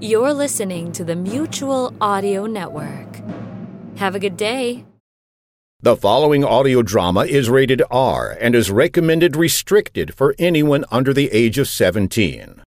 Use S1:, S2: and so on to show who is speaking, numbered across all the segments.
S1: You're listening to the Mutual Audio Network. Have a good day.
S2: The following audio drama is rated R and is recommended restricted for anyone under the age of 17.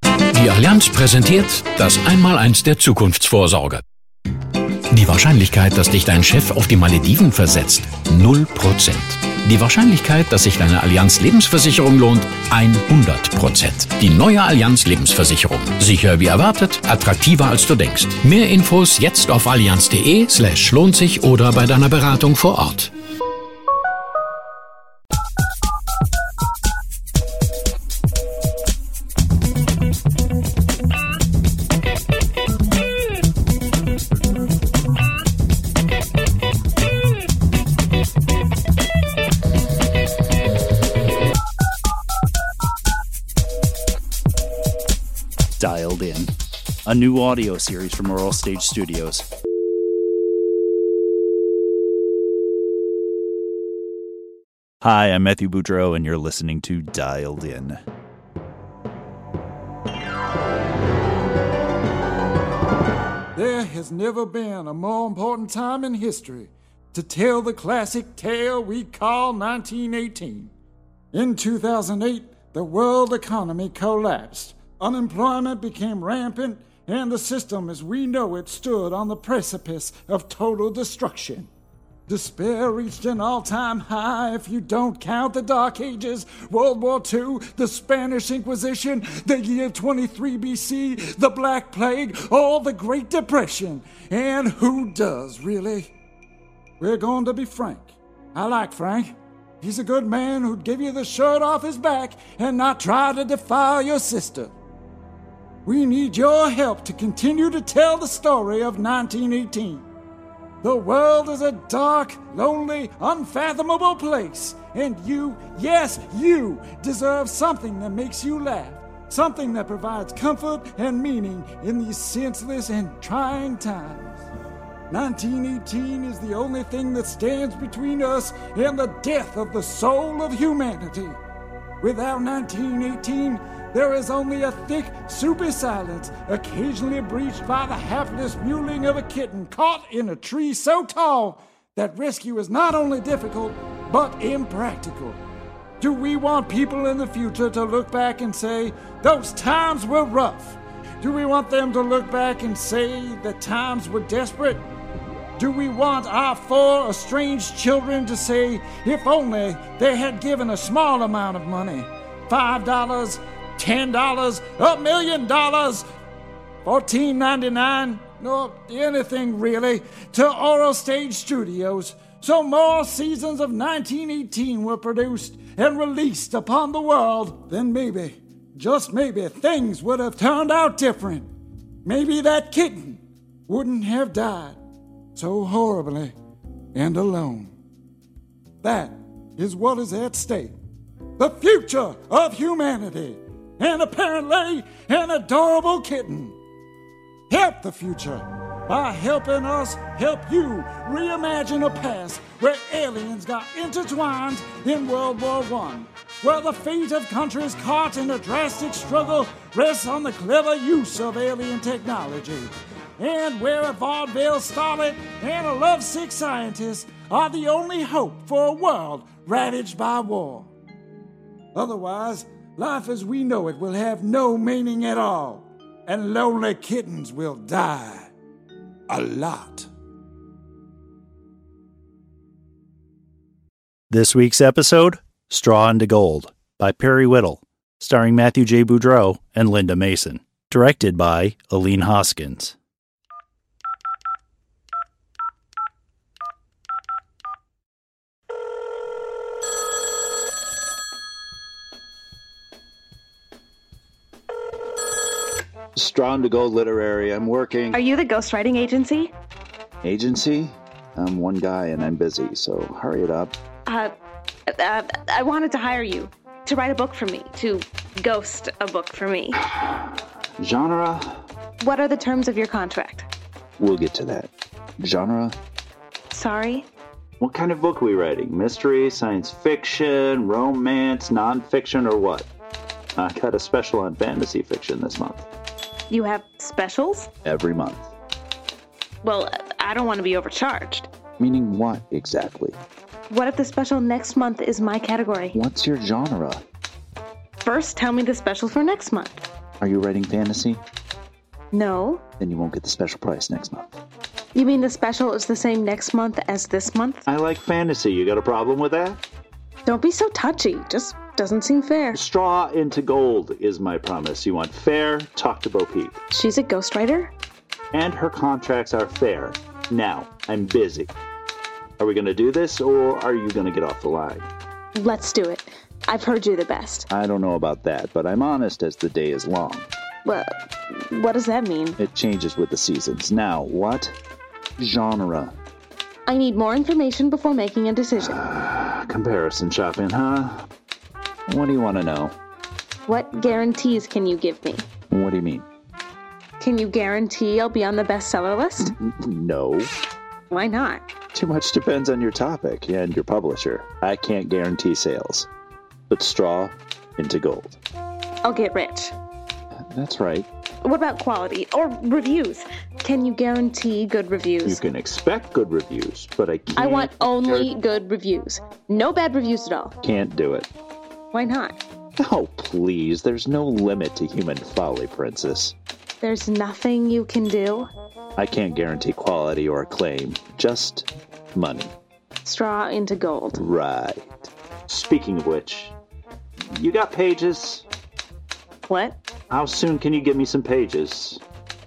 S3: Die Allianz präsentiert das Einmaleins der Zukunftsvorsorge. Die Wahrscheinlichkeit, dass dich dein Chef auf die Malediven versetzt, 0%. Die Wahrscheinlichkeit, dass sich deine Allianz Lebensversicherung lohnt, 100%. Die neue Allianz Lebensversicherung. Sicher wie erwartet, attraktiver als du denkst. Mehr Infos jetzt auf allianz.de slash lohnt sich oder bei deiner Beratung vor Ort.
S4: Dialed In, a new audio series from Oral Stage Studios. Hi, I'm Matthew Boudreau, and you're listening to Dialed In.
S5: There has never been a more important time in history to tell the classic tale we call 1918. In 2008, the world economy collapsed, unemployment became rampant, and the system as we know it stood on the precipice of total destruction. Despair reached an all time high if you don't count the Dark Ages, World War II, the Spanish Inquisition, the year 23 BC, the Black Plague, all the Great Depression. And who does, really? We're going to be frank. I like Frank. He's a good man who'd give you the shirt off his back and not try to defile your sister. We need your help to continue to tell the story of 1918. The world is a dark, lonely, unfathomable place, and you, yes, you, deserve something that makes you laugh, something that provides comfort and meaning in these senseless and trying times. 1918 is the only thing that stands between us and the death of the soul of humanity. Without 1918, there is only a thick, soupy silence, occasionally breached by the hapless mewling of a kitten caught in a tree so tall that rescue is not only difficult, but impractical. Do we want people in the future to look back and say, those times were rough? Do we want them to look back and say the times were desperate? Do we want our four estranged children to say, if only they had given a small amount of money five dollars, ten dollars, a million dollars, fourteen ninety nine, or anything really, to Oral Stage Studios, so more seasons of 1918 were produced and released upon the world, then maybe, just maybe, things would have turned out different. Maybe that kitten wouldn't have died so horribly and alone. That is what is at stake. The future of humanity, and apparently an adorable kitten. Help the future by helping us help you reimagine a past where aliens got intertwined in World War I, where the fate of countries caught in a drastic struggle rests on the clever use of alien technology, and where a vaudeville starlet and a lovesick scientist are the only hope for a world ravaged by war. Otherwise, life as we know it will have no meaning at all, and lonely kittens will die. A lot.
S4: This week's episode Straw into Gold by Perry Whittle, starring Matthew J. Boudreau and Linda Mason. Directed by Aline Hoskins.
S6: Strawn to Gold Literary. I'm working.
S7: Are you the ghostwriting agency?
S6: Agency? I'm one guy and I'm busy, so hurry it up.
S7: Uh, uh, I wanted to hire you to write a book for me, to ghost a book for me.
S6: Genre?
S7: What are the terms of your contract?
S6: We'll get to that. Genre?
S7: Sorry?
S6: What kind of book are we writing? Mystery, science fiction, romance, nonfiction, or what? I got a special on fantasy fiction this month.
S7: You have specials?
S6: Every month.
S7: Well, I don't want to be overcharged.
S6: Meaning what exactly?
S7: What if the special next month is my category?
S6: What's your genre?
S7: First, tell me the special for next month.
S6: Are you writing fantasy?
S7: No.
S6: Then you won't get the special price next month.
S7: You mean the special is the same next month as this month?
S6: I like fantasy. You got a problem with that?
S7: Don't be so touchy. Just doesn't seem fair.
S6: Straw into gold is my promise. You want fair? Talk to Bo Peep.
S7: She's a ghostwriter?
S6: And her contracts are fair. Now, I'm busy. Are we going to do this or are you going to get off the line?
S7: Let's do it. I've heard you the best.
S6: I don't know about that, but I'm honest as the day is long.
S7: Well, what does that mean?
S6: It changes with the seasons. Now, what genre?
S7: I need more information before making a decision.
S6: Comparison shopping, huh? What do you want to know?
S7: What guarantees can you give me?
S6: What do you mean?
S7: Can you guarantee I'll be on the bestseller list?
S6: No.
S7: Why not?
S6: Too much depends on your topic and your publisher. I can't guarantee sales. But straw into gold.
S7: I'll get rich.
S6: That's right.
S7: What about quality or reviews? Can you guarantee good
S6: You
S7: reviews?
S6: can expect good reviews, but I can't.
S7: I want only good reviews. No bad reviews at all.
S6: Can't do it.
S7: Why not?
S6: Oh, please. There's no limit to human folly, Princess.
S7: There's nothing you can do.
S6: I can't guarantee quality or acclaim, just money.
S7: Straw into gold.
S6: Right. Speaking of which, you got pages?
S7: What?
S6: How soon can you give me some pages?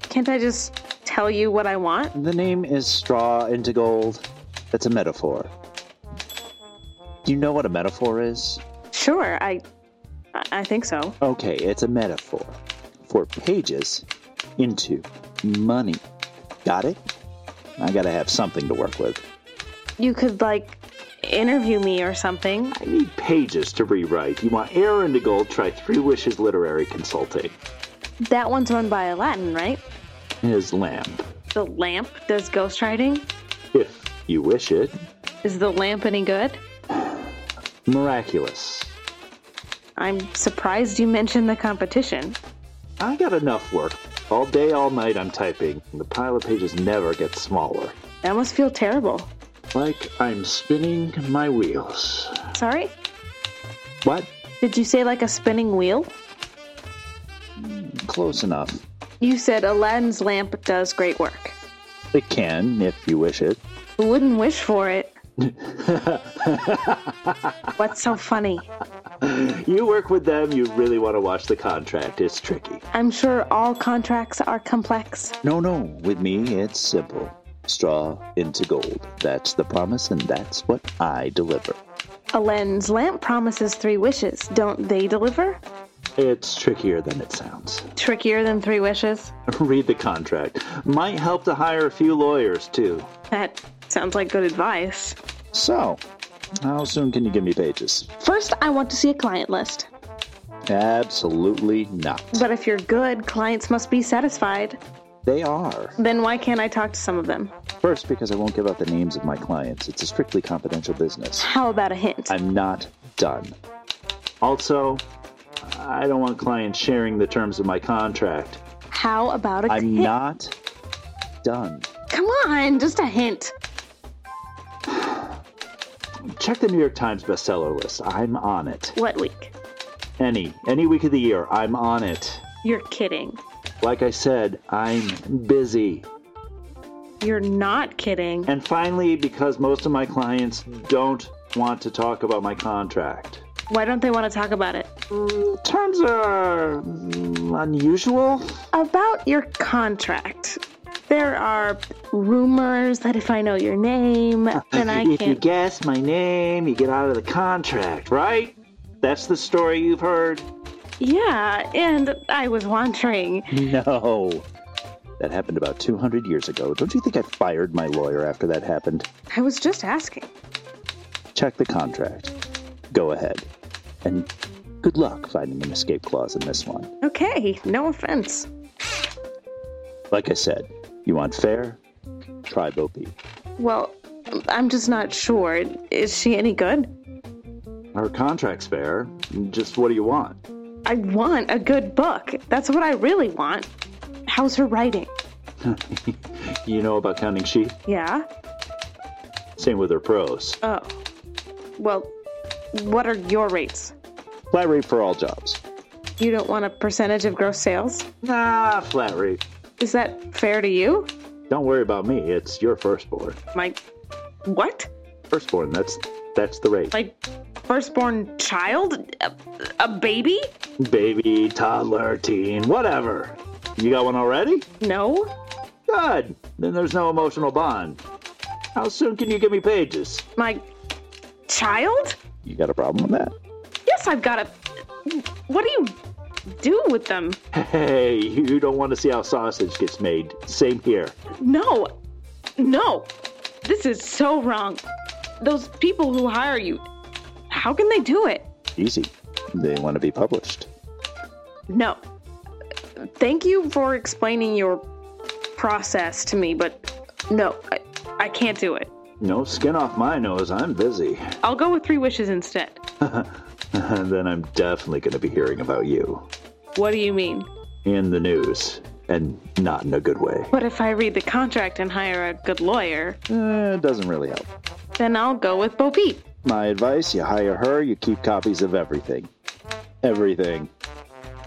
S7: Can't I just tell you what I want?
S6: The name is Straw into Gold. That's a metaphor. Do you know what a metaphor is?
S7: Sure, I I I think so.
S6: Okay, it's a metaphor for pages into money. Got it? I gotta have something to work with.
S7: You could like interview me or something.
S6: I need pages to rewrite. You want air into gold? Try Three Wishes Literary Consulting.
S7: That one's run by Aladdin, right?
S6: His lamp.
S7: The lamp does ghostwriting.
S6: If you wish it.
S7: Is the lamp any good?
S6: Miraculous.
S7: I'm surprised you mentioned the competition.
S6: I got enough work. All day, all night, I'm typing. The pile of pages never gets smaller.
S7: I must feel terrible.
S6: Like I'm spinning my wheels.
S7: Sorry?
S6: What?
S7: Did you say like a spinning wheel?
S6: Close enough.
S7: You said Aladdin's lamp does great work.
S6: It can, if you wish it.
S7: Who wouldn't wish for it? What's so funny?
S6: You work with them, you really want to watch the contract. It's tricky.
S7: I'm sure all contracts are complex.
S6: No, no. With me, it's simple. Straw into gold. That's the promise, and that's what I deliver.
S7: Aladdin's lamp promises three wishes. Don't they deliver?
S6: It's trickier than it sounds.
S7: Trickier than three wishes?
S6: Read the contract. Might help to hire a few lawyers, too.
S7: That sounds like good advice.
S6: So, how soon can you give me pages?
S7: First, I want to see a client list.
S6: Absolutely not.
S7: But if you're good, clients must be satisfied.
S6: They are.
S7: Then why can't I talk to some of them?
S6: First, because I won't give out the names of my clients. It's a strictly confidential business.
S7: How about a hint?
S6: I'm not done. Also, I don't want clients sharing the terms of my contract.
S7: How about a
S6: I'm
S7: hint?
S6: not done.
S7: Come on, just a hint.
S6: Check the New York Times bestseller list. I'm on it.
S7: What week?
S6: Any any week of the year, I'm on it.
S7: You're kidding.
S6: Like I said, I'm busy.
S7: You're not kidding.
S6: And finally, because most of my clients don't want to talk about my contract. Mm,
S7: Why don't they want to talk about it?
S6: Terms are mm, unusual.
S7: About your contract. There are rumors that if I know your name, then I
S6: if you
S7: can't.
S6: guess my name, you get out of the contract, right? That's the story you've heard.
S7: Yeah, and I was wandering.
S6: No. That happened about 200 years ago. Don't you think I fired my lawyer after that happened?
S7: I was just asking.
S6: Check the contract. Go ahead. And good luck finding an escape clause in this one.
S7: Okay, no offense.
S6: Like I said, you want fair? Try Bo Peep.
S7: Well, I'm just not sure. Is she any good?
S6: Our contract's fair. Just what do you want?
S7: I want a good book. That's what I really want. How's her writing?
S6: You know about counting sheep?
S7: Yeah?
S6: Same with her prose.
S7: Oh. Well, what are your rates?
S6: Flat rate for all jobs.
S7: You don't want a percentage of gross sales?
S6: Nah, flat rate.
S7: Is that fair to you?
S6: Don't worry about me. It's your firstborn.
S7: My. What?
S6: Firstborn. That's that's the rate.
S7: My firstborn child? A, a baby?
S6: Baby, toddler, teen, whatever. You got one already?
S7: No?
S6: Good. Then there's no emotional bond. How soon can you give me pages?
S7: My. child?
S6: You got a problem with that?
S7: Yes, I've got a. What do you do with them?
S6: Hey, you don't want to see how sausage gets made. Same here.
S7: No. No. This is so wrong. Those people who hire you, how can they do it?
S6: Easy. They want to be published.
S7: No. Thank you for explaining your process to me, but no, I, I can't do it.
S6: No skin off my nose. I'm busy.
S7: I'll go with three wishes instead.
S6: and then I'm definitely going to be hearing about you
S7: What do you mean?
S6: in the news, and not in a good way.
S7: What if I read the contract and hire a good lawyer?
S6: Eh, it doesn't really help.
S7: Then I'll go with Bo Peep.
S6: My advice: you hire her. You keep copies of everything. Everything.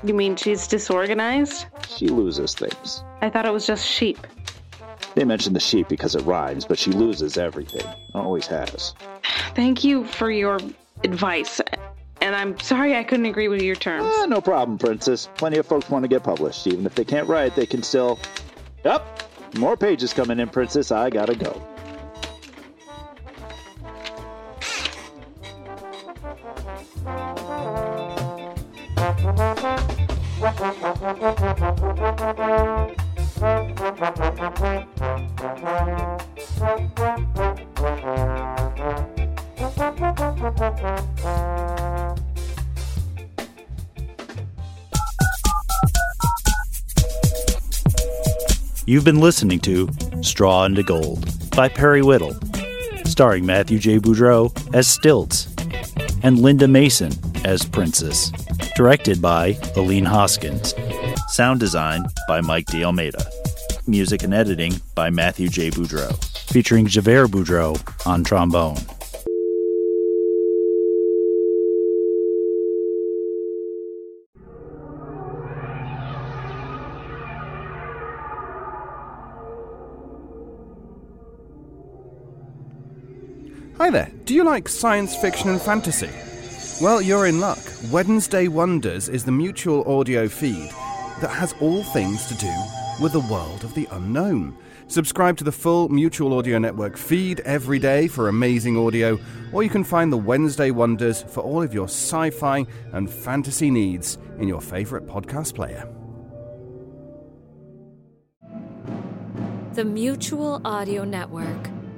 S7: You mean she's disorganized?
S6: She loses things.
S7: I thought it was just sheep.
S6: They mention the sheep because it rhymes, but she loses everything. Always has.
S7: Thank you for your advice, and I'm sorry I couldn't agree with your terms.
S6: Eh, no problem, princess. Plenty of folks want to get published. Even if they can't write, they can still. Up. More pages coming in, princess. I gotta go.
S4: You've been listening to Straw into Gold by Perry Whittle, starring Matthew J. Boudreau as Stilts and Linda Mason as Princess. Directed by Aline Hoskins. Sound design by Mike D. Almeida. Music and editing by Matthew J. Boudreau, featuring Javert Boudreau on trombone.
S8: Hi there. Do you like science fiction and fantasy? Well, you're in luck. Wednesday Wonders is the mutual audio feed that has all things to do with the world of the unknown. Subscribe to the full Mutual Audio Network feed every day for amazing audio, or you can find the Wednesday Wonders for all of your sci fi and fantasy needs in your favourite podcast player.
S1: The Mutual Audio Network.